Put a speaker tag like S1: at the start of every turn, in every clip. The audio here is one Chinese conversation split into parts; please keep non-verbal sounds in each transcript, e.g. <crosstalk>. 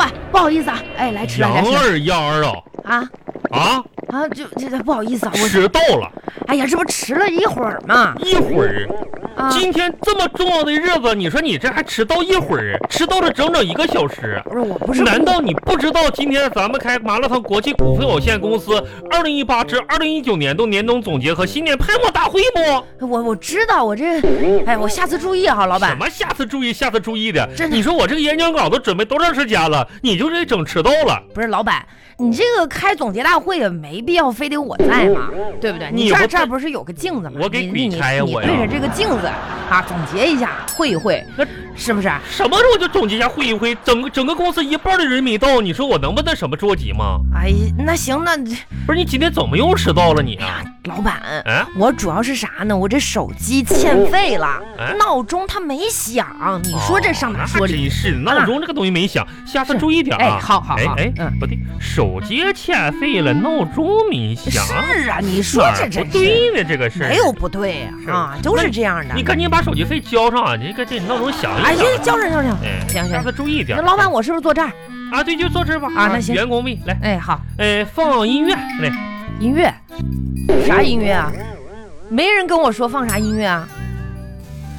S1: 哎好意思啊，哎，来吃
S2: 羊
S1: 来来吃来
S2: 儿样儿啊
S1: 啊
S2: 啊，
S1: 啊，就这这不好意思啊，我
S2: 迟到了
S1: 哎呀，这不迟了一会儿嘛
S2: 一会儿。
S1: 啊，
S2: 今天这么重要的日子，你说你这还迟到一会儿，迟到了整整一个小时。
S1: 不是我不是
S2: 难道你不知道今天咱们开麻辣烫国际股份有限公司二零一八至二零一九年度年终总结和新年派货大会吗？
S1: 我我知道我这，哎，我下次注意哈、老
S2: 什
S1: 板。
S2: 么下次注意，下次注意的
S1: 真？的
S2: 你说我这个演讲稿都准备多长时间了，你就这整迟到了？
S1: 不是老板，你这个开总结大会也没必要非得我在嘛，对不对？
S2: 你
S1: 这
S2: 不
S1: 儿
S2: 在
S1: 这儿不是有个镜子吗？
S2: 我给
S1: 你
S2: 鬼
S1: 你
S2: 差呀
S1: 你
S2: 我呀
S1: 对着这个镜子啊，总结一下，会一会
S2: 那，
S1: 是不是？
S2: 什么时候就总结一下会一会？整个整个公司一半的人没到，你说我能不那什么着急吗？
S1: 哎，那行，那
S2: 不是你今天怎么又迟到了你啊？
S1: 老板，
S2: 啊？
S1: 我主要是啥呢？我这手机欠费了，
S2: 哎
S1: 闹钟它没响，你说这上哪说
S2: 哦
S1: 理？
S2: 那真是闹钟这个东西没响，下次
S1: 是
S2: 注意点啊。
S1: 哎好好
S2: 哎
S1: 好
S2: 哎
S1: 嗯
S2: 不对，手机欠费了，闹钟没响，
S1: 是啊，你说
S2: 哪
S1: 这
S2: 儿
S1: 真
S2: 不
S1: 是
S2: 对呢，这个事儿
S1: 没有。不对呀
S2: 是
S1: 啊，都是这样的
S2: 你。赶紧把手机费交上啊，你这这闹钟响一
S1: 哎呀
S2: 响。，
S1: 叫上叫上，
S2: 哎，
S1: 行行
S2: 下次注意点。
S1: 那老板，我是不是坐这儿？
S2: 啊，对，就坐这儿吧。
S1: 啊那行
S2: 员工位来，
S1: 哎，好，
S2: 呃，放音乐来。
S1: 音乐，啥音乐啊？没人跟我说放啥音乐啊？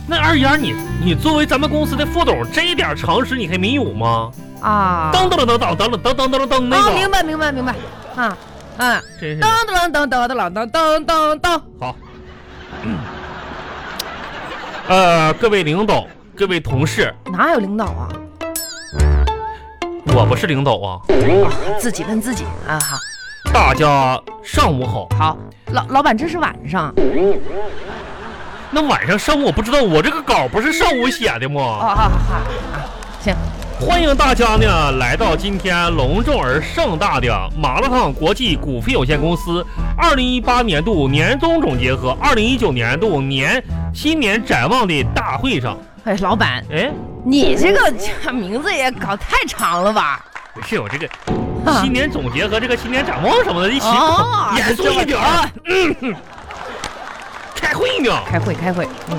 S2: 那二丫，你你作为咱们公司的副总，这一点常识你还没有吗？
S1: 啊，
S2: 噔噔噔噔噔噔噔噔噔噔
S1: 啊，
S2: 那
S1: 明
S2: 个，嗯
S1: 白明白明白，啊啊，
S2: 真是的
S1: 噔噔噔噔噔噔噔噔噔，
S2: 好，呃，各位领导，各位同事，
S1: 哪有领导啊？
S2: 我不是领导啊，
S1: 自己跟自己啊，好，
S2: 大家上午好。
S1: 好，老老板，这是晚上
S2: 那晚上上午我不知道，我这个稿不是上午写的
S1: 哦，
S2: 吗？
S1: 好好好，啊行，
S2: 欢迎大家呢来到今天隆重而盛大的麻辣烫国际股份有限公司二零一八年度年终总结和二零一九年度年新年展望的大会上。
S1: 哎，老板，
S2: 哎，
S1: 你这个这名字也搞太长了吧？
S2: 不是我这个
S1: 啊
S2: 新年总结和这个新年展望什么的一起
S1: 哦，
S2: 严肃一点儿。
S1: 啊
S2: 开会呢。
S1: 开会开会，嗯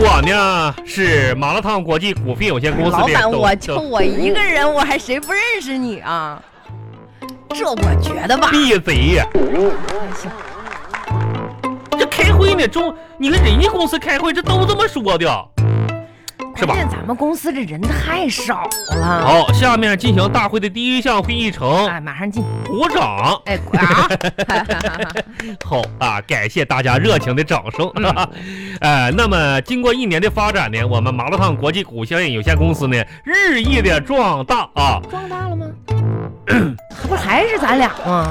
S2: 我呢是麻辣烫国际股份有限公司的
S1: 老板，
S2: 董
S1: 我就我一个人，我还谁不认识你啊？这我觉得吧，
S2: 闭嘴呀！
S1: 行
S2: 这开会呢，中你看人家公司开会，这都这么说
S1: 啊
S2: 的，是吧
S1: 关？键咱们公司这人太少了。
S2: 好，下面进行大会的第一项会议程，
S1: 哎，马上进，
S2: 鼓掌。
S1: 哎啊， <laughs>
S2: 好啊，感谢大家热情的掌声。
S1: 嗯
S2: <laughs> 呃，那么经过一年的发展呢，我们麻辣烫国际股份有限公司呢日益的壮大啊。
S1: 壮大了吗？不是还是咱俩吗？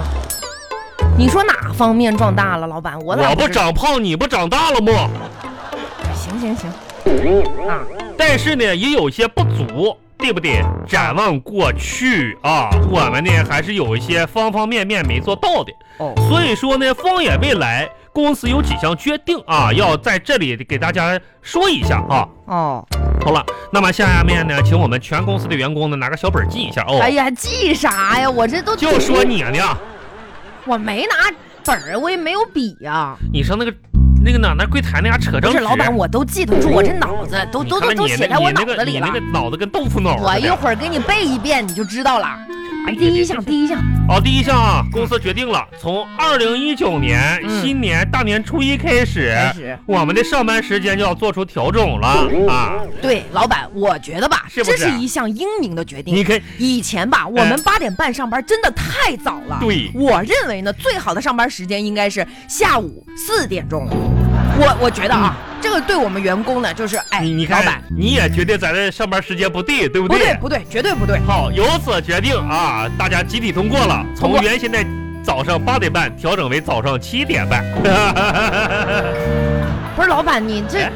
S1: 你说哪方面壮大了，老板？我咋
S2: 我不
S1: 知道？
S2: 长胖，你不长大了吗？
S1: 行行行，啊，
S2: 但是呢，也有一些不足，对不对？展望过去啊，我们呢还是有一些方方面面没做到的。
S1: 哦，
S2: 所以说呢，放眼未来，公司有几项决定啊，要在这里给大家说一下啊。
S1: 哦，
S2: 好了，那么下面呢，请我们全公司的员工呢拿个小本记一下哦。
S1: 哎呀，记啥呀？我这都
S2: 就说你呢，
S1: 我没拿本儿，我也没有笔呀、
S2: 你上那个那个哪那柜台那家扯
S1: 不
S2: 张纸。啊
S1: 是老板，我都记得住，我这脑子都
S2: 你
S1: 都都
S2: 看看
S1: 都
S2: 你
S1: 写
S2: 那
S1: 在我
S2: 你
S1: 脑
S2: 那
S1: 子
S2: 个
S1: 里
S2: 你
S1: 了
S2: 那。个脑子跟豆腐脑似的。
S1: 我一会儿给你背一遍，你就知道了。
S2: 哎呀
S1: 第一
S2: 这
S1: 项，第一项，
S2: 哦，第一项啊，公司决定了，从二零一九年、
S1: 嗯
S2: 新年大年初一开始，
S1: 开始嗯
S2: 我们的上班时间就要做出调整了啊！
S1: 对老板，我觉得吧，
S2: 是不
S1: 这
S2: 是啊
S1: 是一项英明的决定。
S2: 你看，
S1: 以前吧，我们八点半上班真的太早了。
S2: 哎对
S1: 我认为呢，最好的上班时间应该是下午四点钟。我我觉得啊，这个对我们员工呢，就是哎，
S2: 嗯你你
S1: 老
S2: 看
S1: 板，
S2: 你也觉得咱这上班时间不对，对不
S1: 不
S2: 对？
S1: 对不对，绝对不对。
S2: 好，由此决定啊，大家集体通过了，
S1: 通
S2: 从
S1: 过
S2: 原先的早上八点半调整为早上七点半。
S1: 嗯不是老板，你这
S2: 哎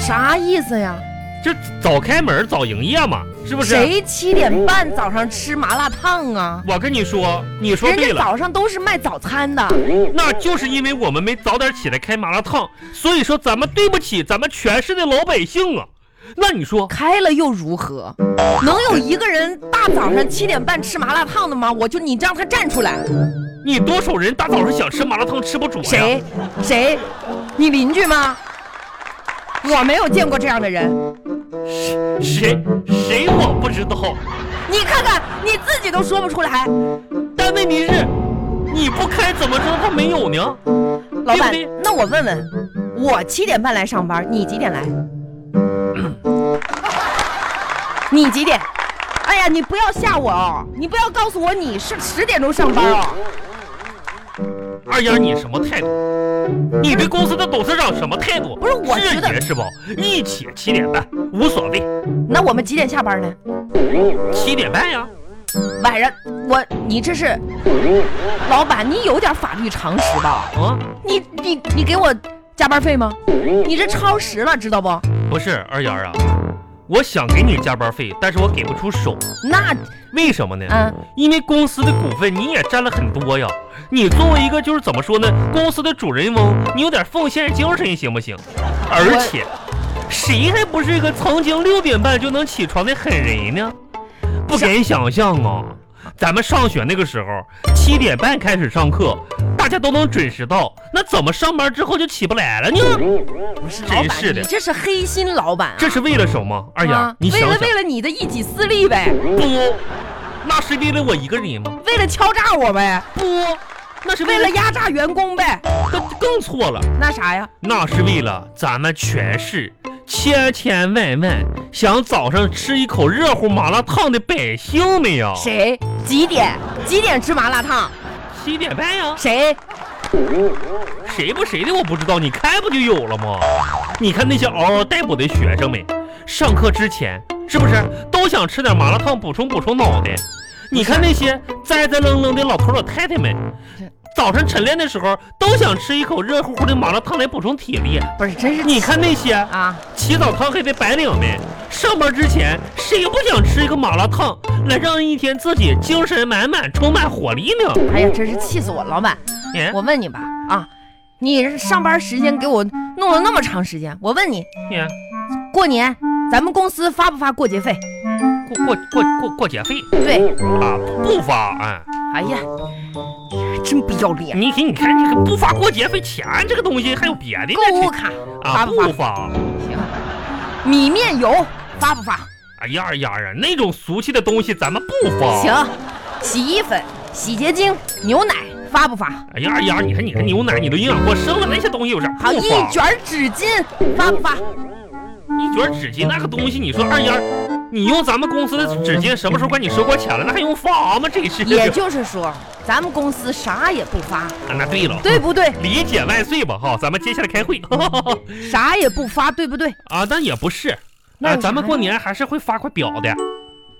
S1: 啥意思呀？
S2: <laughs> 就早开门早营业嘛，是不是？
S1: 谁七点半早上吃麻辣烫啊？
S2: 我跟你说，你说
S1: 人
S2: 对
S1: 家
S2: 了，
S1: 早上都是卖早餐的，
S2: 那就是因为我们没早点起来开麻辣烫，所以说咱们对不起咱们全市的老百姓啊。那你说，
S1: 开了又如何？能有一个人大早上七点半吃麻辣烫的吗？我就你让他站出来，
S2: 你多少人大早上想吃麻辣烫吃不着呀？
S1: 谁谁，你邻居吗？我没有见过这样的人，
S2: 谁谁我不知道，
S1: 你看看你自己都说不出来，
S2: 但问题是，你不开怎么知道他没有呢？
S1: 老板
S2: 对不对。
S1: 那我问问，我七点半来上班，你几点来？ <coughs> 你几点？哎呀，你不要吓我哦！你不要告诉我你是十点钟上班哦！
S2: 二丫，你什么态度？你对公司的董事长什么态度？
S1: 不是我觉得
S2: 是也是不？一起七点半无所谓，
S1: 那我们几点下班呢？
S2: 七点半呀。
S1: 晚上我你这是，老板，你有点法律常识吧？
S2: 啊，
S1: 你你你给我加班费吗？你这超时了，知道不？
S2: 不是二丫啊，我想给你加班费，但是我给不出手，
S1: 那
S2: 为什么呢？
S1: 嗯，
S2: 因为公司的股份你也占了很多呀。你作为一个就是怎么说呢，公司的主人翁，你有点奉献精神行不行？而且，谁还不是一个曾经六点半就能起床的狠人呢？不敢想象啊！咱们上学那个时候，七点半开始上课，大家都能准时到，那怎么上班之后就起不来了呢？
S1: 不是老
S2: 真
S1: 板，
S2: 是
S1: 你
S2: 的，
S1: 这是黑心老板啊！
S2: 这是为了什么？二
S1: 啊
S2: 丫，你想
S1: 为了
S2: 想
S1: 为，了你的一己私利呗，
S2: 不，那是为了我一个人吗？
S1: 为了敲诈我呗，
S2: 不，那是
S1: 为
S2: 为了
S1: 了压榨员工呗，
S2: 更更错了。
S1: 那啥呀？
S2: 那是为了咱们全市千千万万想早上吃一口热乎麻辣烫的百姓们呀！
S1: 谁几点几点吃麻辣烫？
S2: 七点半呀？
S1: 谁
S2: 谁不谁的我不知道，你开不就有了吗？你看那些嗷嗷待哺的学生们，上课之前是不是都想吃点麻辣烫补充补充脑袋？你看那些栽栽愣愣的老头老太太们，早晨晨练的时候都想吃一口热乎乎的麻辣烫来补充体力。
S1: 不是？真是
S2: 你看那些
S1: 啊！
S2: 起早贪黑的白领们，上班之前谁不想吃一个麻辣烫，来让一天自己精神满满、充满活力呢？
S1: 哎呀，真是气死我！老板，
S2: 哎
S1: 我问你吧，啊，你上班时间给我弄了那么长时间，我问你，
S2: 哎
S1: 过年咱们公司发不发过节费？
S2: 过过过过过节费
S1: 对，
S2: 啊，不发啊！
S1: 哎呀，真不要脸！
S2: 你给你看这个不发过节费钱这个东西，还有别的
S1: 购物
S2: 呢？
S1: 卡
S2: 这
S1: 发
S2: 啊，
S1: 不发
S2: 不？发！
S1: 行，米面油发不发？
S2: 哎呀呀呀，那种俗气的东西咱们不发。
S1: 行，洗衣粉、洗洁精、牛奶发不发？
S2: 哎呀呀，你看你看牛奶，你都营养过剩了，那些东西有啥
S1: 好，
S2: 不啊
S1: 一
S2: 发？
S1: 卷纸巾发 <laughs> 不发？
S2: 一卷纸巾那个东西，你说二丫，你用咱们公司的纸巾，什么时候管你收过钱了？那还用发吗？这是
S1: 也就是说，咱们公司啥也不发，
S2: 啊，那对了，
S1: 对不对？
S2: 理解万岁吧哈，咱们接下来开会 <laughs>
S1: 啥也不发，对不对？
S2: 啊，但也不是，
S1: 那
S2: 啊，
S1: 有啥
S2: 咱们
S1: 呀
S2: 过年还是会发块表的，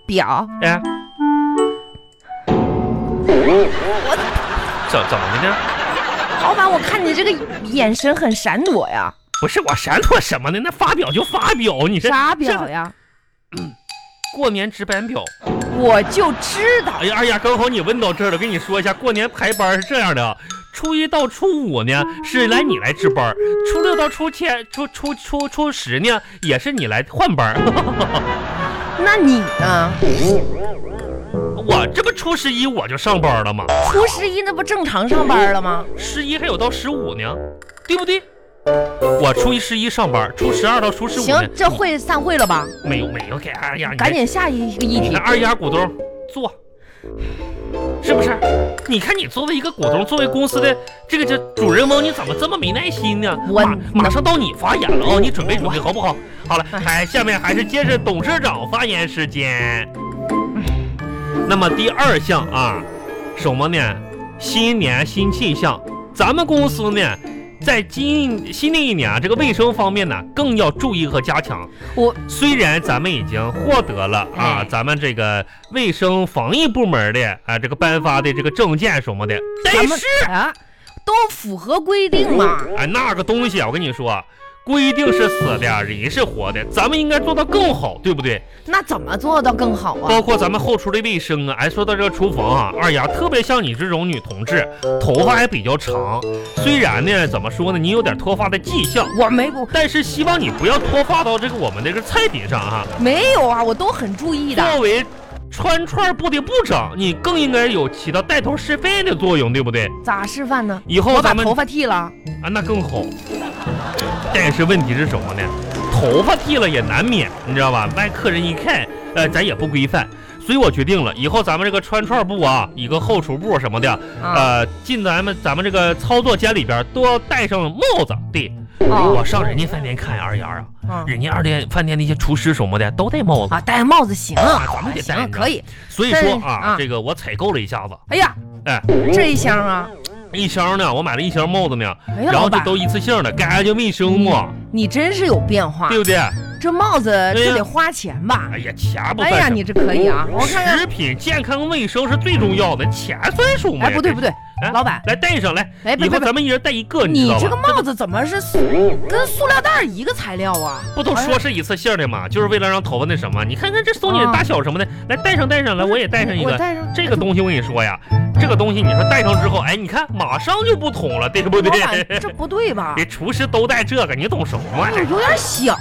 S1: 表，
S2: 哎，怎怎么的呢？
S1: 老板，我看你这个眼神很闪躲呀，
S2: 不是我闪躲什么呢？那发表就发表，你这
S1: 啥
S2: 这
S1: 表
S2: 是
S1: 呀？
S2: 过年值班表。
S1: 我就知道
S2: 哎呀，二丫，刚好你问到这儿了，跟你说一下，过年排班是这样的啊，初一到初五呢是来你来值班儿，初六到初天初初初初十呢也是你来换班儿。 <laughs>
S1: 那你呢？
S2: 我这不初十一我就上班了吗？
S1: 初十一那不正常上班了吗？
S2: 十一还有到十五呢，对不对？我初一十一上班，初十二到初十五呢
S1: 行，这会散会了吧？
S2: 没有没有给二丫，你
S1: 赶紧下一个议
S2: 你
S1: 题
S2: 看。二丫股东坐，是不是？你看你作为一个股东，作为公司的这个这主人翁，你怎么这么没耐心呢？
S1: 我
S2: 马马上到你发言了啊、你准备准备好不好？好了，
S1: 哎
S2: 还下面还是接着董事长发言时间。那么第二项啊，什么呢？新年新气象，咱们公司呢，在今新的一年啊这个卫生方面呢，更要注意和加强。
S1: 我
S2: 虽然咱们已经获得了啊
S1: 哎，
S2: 咱们这个卫生防疫部门的啊这个颁发的这个证件什么的，
S1: 咱
S2: 但
S1: 们
S2: 是
S1: 啊，都符合规定嘛。
S2: 哎那个东西啊，我跟你说，规定是死的，人是活的，咱们应该做到更好，对不对？
S1: 那怎么做到更好啊？
S2: 包括咱们后厨的卫生啊，哎，说到这个厨房啊，二丫特别像你这种女同志，头发还比较长，虽然呢怎么说呢，你有点脱发的迹象。
S1: 我没不
S2: 但是希望你不要脱发到这个我们这个菜品上啊，
S1: 没有啊，我都很注意的。
S2: 作为川串部的部长，你更应该有起到带头示范的作用，对不对？
S1: 咋示范呢？
S2: 以后
S1: 我把
S2: 哦咱们
S1: 头发剃了，
S2: 啊，那更好。但是问题是什么呢？头发剃了也难免，你知道吧？万一客人一看，呃，咱也不规范。所以我决定了，以后咱们这个川串部啊，一个后厨部什么的，
S1: 啊，
S2: 呃，进咱们咱们这个操作间里边都要戴上帽子。对，
S1: 哦
S2: 我上人家饭店看二丫啊，
S1: 嗯
S2: 人家二店饭店那些厨师什么的都戴帽子，
S1: 啊，戴帽子行
S2: 啊咱们得戴
S1: 行
S2: 着
S1: 可以。
S2: 所以
S1: 但是
S2: 说啊
S1: 啊，
S2: 这个我采购了一下子，
S1: 哎呀，
S2: 哎，
S1: 这一箱啊，
S2: 一箱呢，我买了一箱帽子呢，
S1: 哎呀，
S2: 然
S1: 老
S2: 后这
S1: 板，嗯
S2: 都一次性的，干净卫生嘛，
S1: 你真是有变化
S2: 对，不对？
S1: 这帽子
S2: 对
S1: 这
S2: 呀
S1: 得花钱吧？
S2: 哎呀，钱不
S1: 哎
S2: 算
S1: 呀，
S2: 什么
S1: 你这可以啊，我看看。
S2: 食品健康卫生是最重要的，钱算什么呀？
S1: 哎，不对不对
S2: 哎，
S1: 老板，
S2: 来戴上来，
S1: 哎，
S2: 以
S1: 别
S2: 后
S1: 别别，
S2: 咱们一人戴一个，你知
S1: 你
S2: 道
S1: 这个
S2: 吧？
S1: 帽子怎么是塑跟塑料袋儿一个材料啊？
S2: 不都说是一次性的吗？就是为了让头发那什么？你看看这松紧
S1: 啊
S2: 大小什么的，来戴上戴上，来我也戴上一
S1: 我
S2: 个。
S1: 戴上
S2: 这个东西我跟你说呀，这个东西你说戴上之后，哎，你看马上就不捅了，对不
S1: 老
S2: 对？
S1: 板，
S2: <laughs>
S1: 这不对吧？
S2: 这厨师都戴这个，你懂什么玩意
S1: 有
S2: 儿？
S1: 有点小，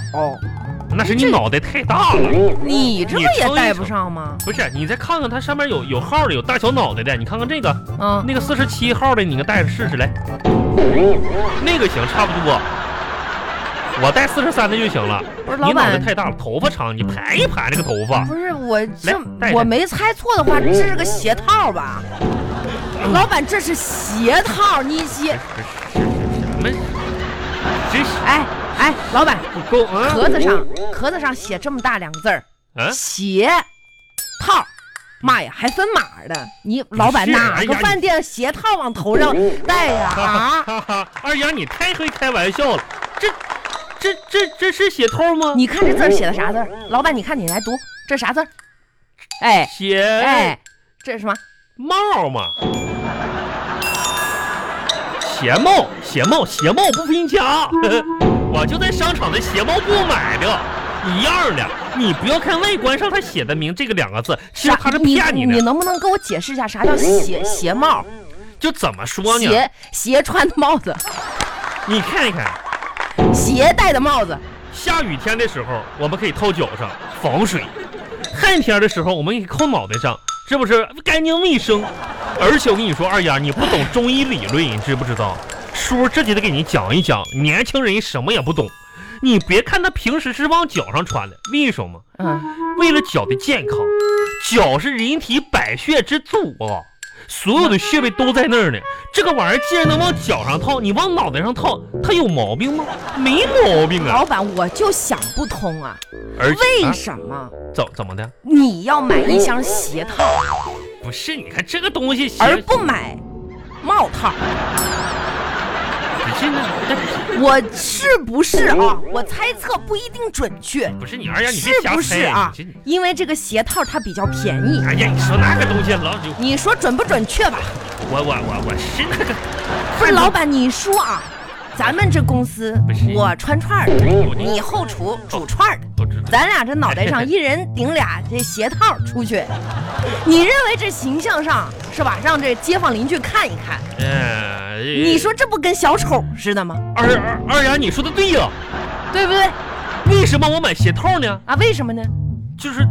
S2: 那是你
S1: 这
S2: 脑袋太大了。
S1: 你这不
S2: 你
S1: 也
S2: 撑一
S1: 戴不
S2: 撑
S1: 上吗？
S2: 不是，你再看看它上面有有号的，有大小脑袋的，你看看这个
S1: 嗯，
S2: 那个四十七号的，你给戴着试试来。那个行，差不多。我戴四十三的就行了。
S1: 不是
S2: 你
S1: 老
S2: 脑袋
S1: 板，
S2: 太大了，头发长，你盘一盘这个头发。
S1: 不是我这
S2: 戴
S1: 我
S2: 着
S1: 没猜错的话，这是个鞋套吧？老板，这是鞋套，你鞋，
S2: 什么？这是
S1: 哎哎，老板，
S2: 不够啊？
S1: 壳子上壳子上写这么大两个字儿，
S2: 啊？
S1: 鞋套。妈呀，还分码的！你老板
S2: 是
S1: 哪
S2: 哎
S1: 个
S2: 呀
S1: 饭店鞋套往头上戴呀？
S2: <laughs>
S1: 啊，
S2: 哈哈，二丫，你太会开玩笑了。这、这、这、这是血透吗？
S1: 你看这字儿写的啥字儿？老板，你看你来读，这啥字儿？哎
S2: 血
S1: 哎，这是什么？
S2: 帽嘛。鞋帽，鞋帽，鞋帽不分家。 <laughs> 我就在商场的鞋帽部买的，一样的。你不要看外观上它写的明这个两个字，其实
S1: 啥
S2: 它是骗你嗯
S1: 你
S2: 的。
S1: 能不能给我解释一下啥叫鞋鞋帽？
S2: 就怎么说呢？
S1: 鞋鞋穿的帽子， <laughs>
S2: 你看一看，
S1: 鞋戴的帽子。
S2: 下雨天的时候，我们可以套脚上防水；旱天的时候，我们可以扣脑袋上，是不是干净卫生？而且我跟你说，二丫，你不懂中医理论，你知不知道？叔这就得给你讲一讲，年轻人什么也不懂。你别看他平时是往脚上穿的，为什么？
S1: 嗯，
S2: 为了脚的健康，脚是人体百穴之祖啊，所有的穴位都在那儿呢。这个玩意儿既然能往脚上套，你往脑袋上套，它有毛病吗？没毛病啊。
S1: 老板，我就想不通啊，
S2: 而且啊
S1: 为什么
S2: 怎怎么的？
S1: 你要买一箱鞋套，
S2: 不是，你看这个东西写，
S1: 而不买帽套？
S2: 不是呢？但
S1: 我是不是啊？我猜测不一定准确，
S2: 不是你二丫，哎你别
S1: 是
S2: 瞎
S1: 不
S2: 猜
S1: 是啊
S2: 你这？
S1: 因为这个鞋套它比较便宜。
S2: 哎呀，你说那个东西老就
S1: 你说准不准确吧？
S2: 我我我我是那个，
S1: 不是，老板，你说啊，咱们这公司
S2: 不是
S1: 我穿串儿的，
S2: 我这
S1: 你后厨煮串儿的，
S2: 我知道。
S1: 咱俩这脑袋上一人顶俩这鞋套出去，你认为这形象上是吧？让这街坊邻居看一看，
S2: 嗯，
S1: 你说这不跟小丑似的吗？
S2: 二二二丫，你说的对呀？
S1: 对不对
S2: 为什么我买鞋套呢？
S1: 啊？为什么呢？
S2: 就是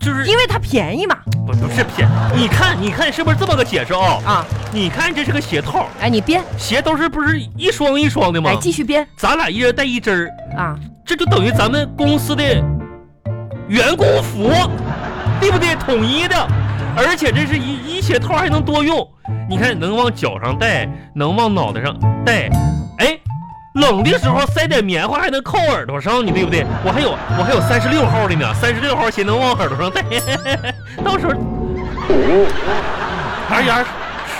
S2: 就是
S1: 因为它便宜嘛
S2: 不不是骗你，你看你看是不是这么个解释啊？
S1: 啊！
S2: 你看这是个鞋套，
S1: 哎，你编，
S2: 鞋都是不是一双一双的吗
S1: 来？继续编
S2: 咱俩一人带一针儿。
S1: 啊！
S2: 这就等于咱们公司的员工服，对不对？统一的，而且这是一一鞋套还能多用。你看，能往脚上戴，能往脑袋上戴，哎，冷的时候塞点棉花还能扣耳朵上，你对不对？我还有我还有三十六号的呢，三十六号鞋能往耳朵上戴， <laughs> 到时候，哎呀，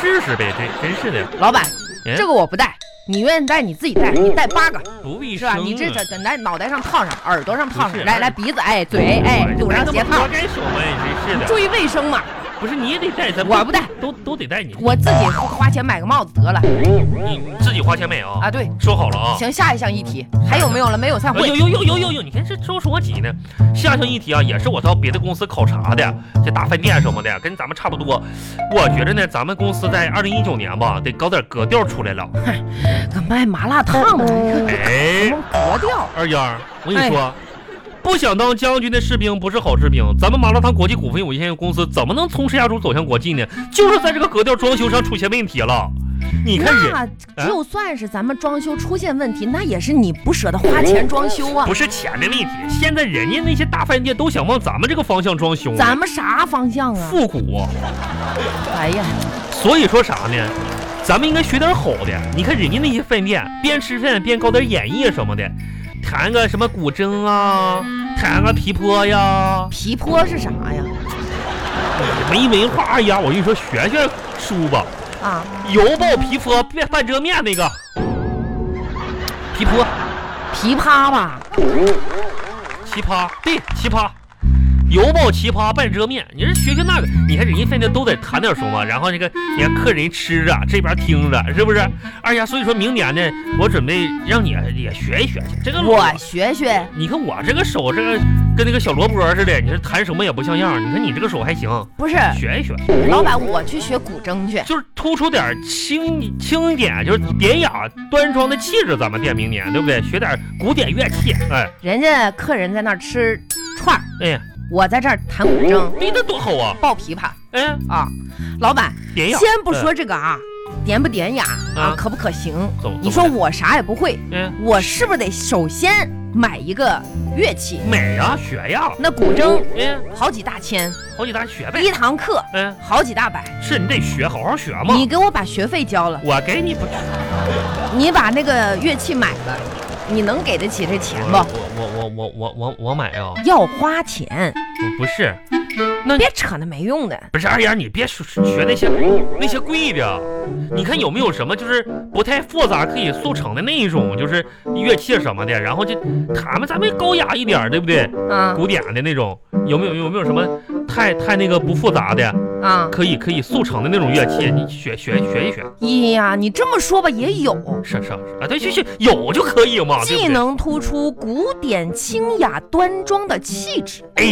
S2: 试试呗，这真是的，
S1: 老板，
S2: 嗯
S1: 这个我不戴，你愿意戴你自己戴，你戴八个。
S2: 不卫
S1: 是
S2: 生、啊
S1: 吧？。你这这这来脑袋上套上，耳朵上套
S2: 不
S1: 上，
S2: 是
S1: 来来鼻子哎嘴哎堵上鞋套，
S2: 该什么呀？真是的。
S1: 注意卫生嘛。
S2: 不是你也得带，咱
S1: 我不带，
S2: 都都得带你。
S1: 我自己花钱买个帽子得了
S2: 你你自己花钱买啊。
S1: 啊。对，
S2: 说好了啊。
S1: 行，下一项议题还有没有了？没有散
S2: 哎
S1: 会
S2: 呦。呦呦呦呦呦！你看这周是我几呢？下项议题啊，也是我到别的公司考察的，这大饭店什么的，跟咱们差不多。我觉着呢，咱们公司在二零一九年吧，得搞点格调出来了。
S1: 个卖麻辣烫的，啊你
S2: 哎，
S1: 看格调哎
S2: 二丫，我跟你说，不想当将军的士兵不是好士兵。咱们麻辣烫国际股份有限公司怎么能从赤下竹走向国际呢？就是在这个格调装修上出现问题了。你看人啊
S1: 那就算是咱们装修出现问题，那也是你不舍得花钱装修啊
S2: 不。是钱的问题，现在人家那些大饭店都想往咱们这个方向装修呢，
S1: 咱们啥方向啊？
S2: 复古啊。
S1: 哎呀，
S2: 所以说啥呢？咱们应该学点好的。你看人家那些饭店，边吃饭边搞点演绎什么的，弹个什么古筝啊，弹个琵琶呀，
S1: 皮坡是啥呀？
S2: 没文化呀。我跟你说，学学书吧，
S1: 啊，
S2: 油爆皮泼拌半遮面那个皮泼
S1: 琵琶吧？
S2: 奇葩，对奇葩。油爆奇葩半遮面，你是学学那个？你看人家饭店都得谈点什么，然后这个你看客人吃着，这边听着，是不是？哎呀，所以说明年呢，我准备让你哎也学一学去。这个
S1: 我学学，
S2: 你看我这个手，这个跟那个小萝卜似的，你说弹什么也不像样。你看你这个手还行，
S1: 不是
S2: 学一学，
S1: 老板，我去学古筝去。
S2: 就是突出点清清一点，就是典雅端庄的气质。咱们店明年对不对？学点古典乐器，哎
S1: 人家客人在那儿吃串儿，
S2: 哎呀，
S1: 我在这儿弹古筝、
S2: 对，那多好啊！
S1: 抱琵琶
S2: 哎，
S1: 啊。老板，
S2: 典雅。
S1: 先不说这个啊，典不典雅啊
S2: 哎啊，
S1: 可不可行？
S2: 嗯，怎么
S1: 你说我啥也不会，
S2: 嗯，
S1: 我是不是得首先买一个乐器？
S2: 美啊呀，学呀，
S1: 那古筝
S2: 哎，
S1: 好几大千，
S2: 好几大学呗
S1: 一，堂课
S2: 嗯，
S1: 好几大百。
S2: 是你得学，好好学嘛。
S1: 你给我把学费交了，
S2: 我给你不
S1: 你把那个乐器买了，你能给得起这钱不？
S2: 我我我我我我我买啊，
S1: 要花钱，
S2: 不不是，嗯
S1: 别扯那没用的。
S2: 不是二丫，你别学学那些那些贵的，你看有没有什么就是不太复杂可以速成的那一种，就是乐器什么的，然后就他们咱们高雅一点儿，对不对？
S1: 啊
S2: 古典的那种，有没有有没有什么太太那个不复杂的，
S1: 啊！
S2: 可以可以速成的那种乐器，你学学学一学，
S1: 哎呀，你这么说吧，也有
S2: 是是是啊，对，学学有就可以嘛，啊对
S1: 既
S2: 不
S1: 嗯
S2: 对？
S1: 能突出古典清雅端庄的气质，
S2: 哎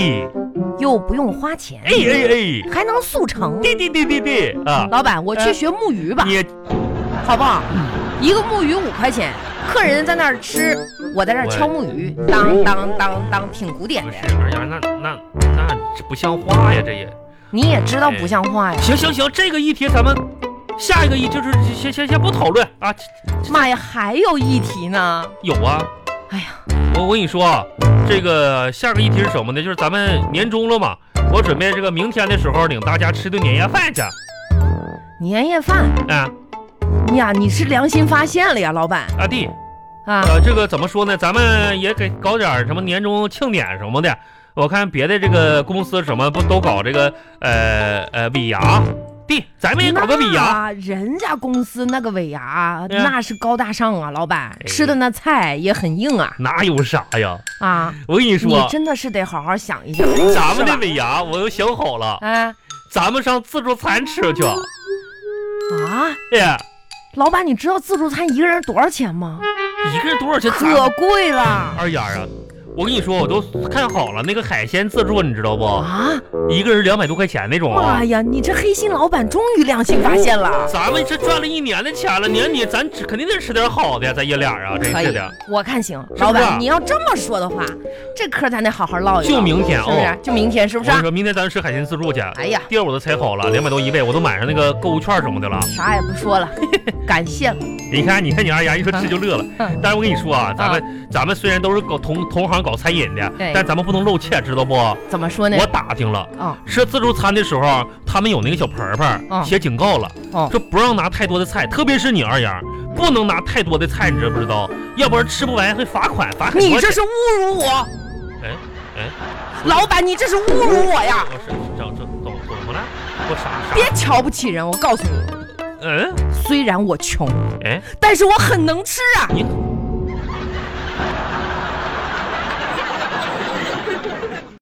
S1: 又不用花钱，
S2: 哎哎哎，
S1: 还能速成。
S2: 对对对对对啊，
S1: 老板，我去
S2: 呃
S1: 学木鱼吧，
S2: 你
S1: 好不好？一个木鱼五块钱，客人在那儿吃，我在这儿敲木鱼，
S2: 哎
S1: 当当当当，挺古典
S2: 不
S1: 的。
S2: 是二丫，那那那这不像话呀，这也。
S1: 你也知道不像话呀，
S2: 行行行，这个议题咱们下一个议就是先先先不讨论啊。这
S1: 妈呀，还有一题呢。
S2: 有啊，
S1: 哎呀，
S2: 我我跟你说啊，这个下个议题是什么呢？就是咱们年终了嘛，我准备这个明天的时候领大家吃顿年夜饭去。
S1: 年夜饭哎
S2: 啊
S1: 呀，你是良心发现了呀，老板
S2: 啊弟，
S1: 啊，
S2: 呃，这个怎么说呢？咱们也给搞点儿什么年终庆典什么的。我看别的这个公司什么不都搞这个呃呃尾牙，弟，咱们也搞个尾牙。
S1: 那人家公司那个尾牙
S2: 嗯哎
S1: 那是高大上啊，老板吃的那菜也很硬啊
S2: 哪有啥呀？
S1: 啊，
S2: 我跟你
S1: 你
S2: 哎说，
S1: 真的是得好好想一想，
S2: 咱们
S1: 是
S2: 的
S1: 吧
S2: 尾牙我都想好了，
S1: 哎
S2: 咱们上自助餐吃去。
S1: 啊，
S2: 哎，
S1: 老板，你知道自助餐一个人多少钱吗？
S2: 一个人多少钱？
S1: 可贵了
S2: 二丫啊，我跟你说，我都看好了那个海鲜自助，你知道不？
S1: 啊！
S2: 一个人两百多块钱那种啊
S1: 妈。呀，你这黑心老板终于良心发现了。
S2: 咱们这赚了一年的钱了，年底咱吃肯定得吃点好的，咱爷俩啊，真
S1: 可
S2: 是
S1: 以
S2: 的。，
S1: 我看行。
S2: 是啊
S1: 老
S2: 不是
S1: 板，你要这么说的话，这嗑咱得好好唠一唠，
S2: 就明天
S1: 是不
S2: 哦
S1: 是？就明天，是
S2: 我
S1: 不是
S2: 跟
S1: 啊
S2: 你？说，明天咱吃海鲜自助去。
S1: 哎呀，
S2: 地儿我都踩好了，两百多一位，我都买上那个购物券什么的了。
S1: 啥也不说了， <laughs> 感谢了。
S2: 你看，你看你二丫一说吃就乐了
S1: 嗯。
S2: 但是我跟你说啊，咱们咱们虽然都是搞同同行搞餐饮的
S1: 对，
S2: 但咱们不能露怯，知道不？
S1: 怎么说呢？
S2: 我打听了，
S1: 哦
S2: 吃自助餐的时候，他们有那个小盆
S1: 嗯
S2: 盆写警告了，
S1: 哦
S2: 说不让拿太多的菜，特别是你二丫，不能拿太多的菜，你知不知道？要不然吃不完会罚款，罚很
S1: 你
S2: 多
S1: 这
S2: 钱。
S1: 是侮辱我，
S2: 哎哎，
S1: 老板，你这是侮辱我呀！
S2: 我是这这怎怎么了？我啥啥？
S1: 别瞧不起人，我告诉你，
S2: 嗯
S1: 虽然我穷，
S2: 哎，
S1: 但是我很能吃啊！
S2: 你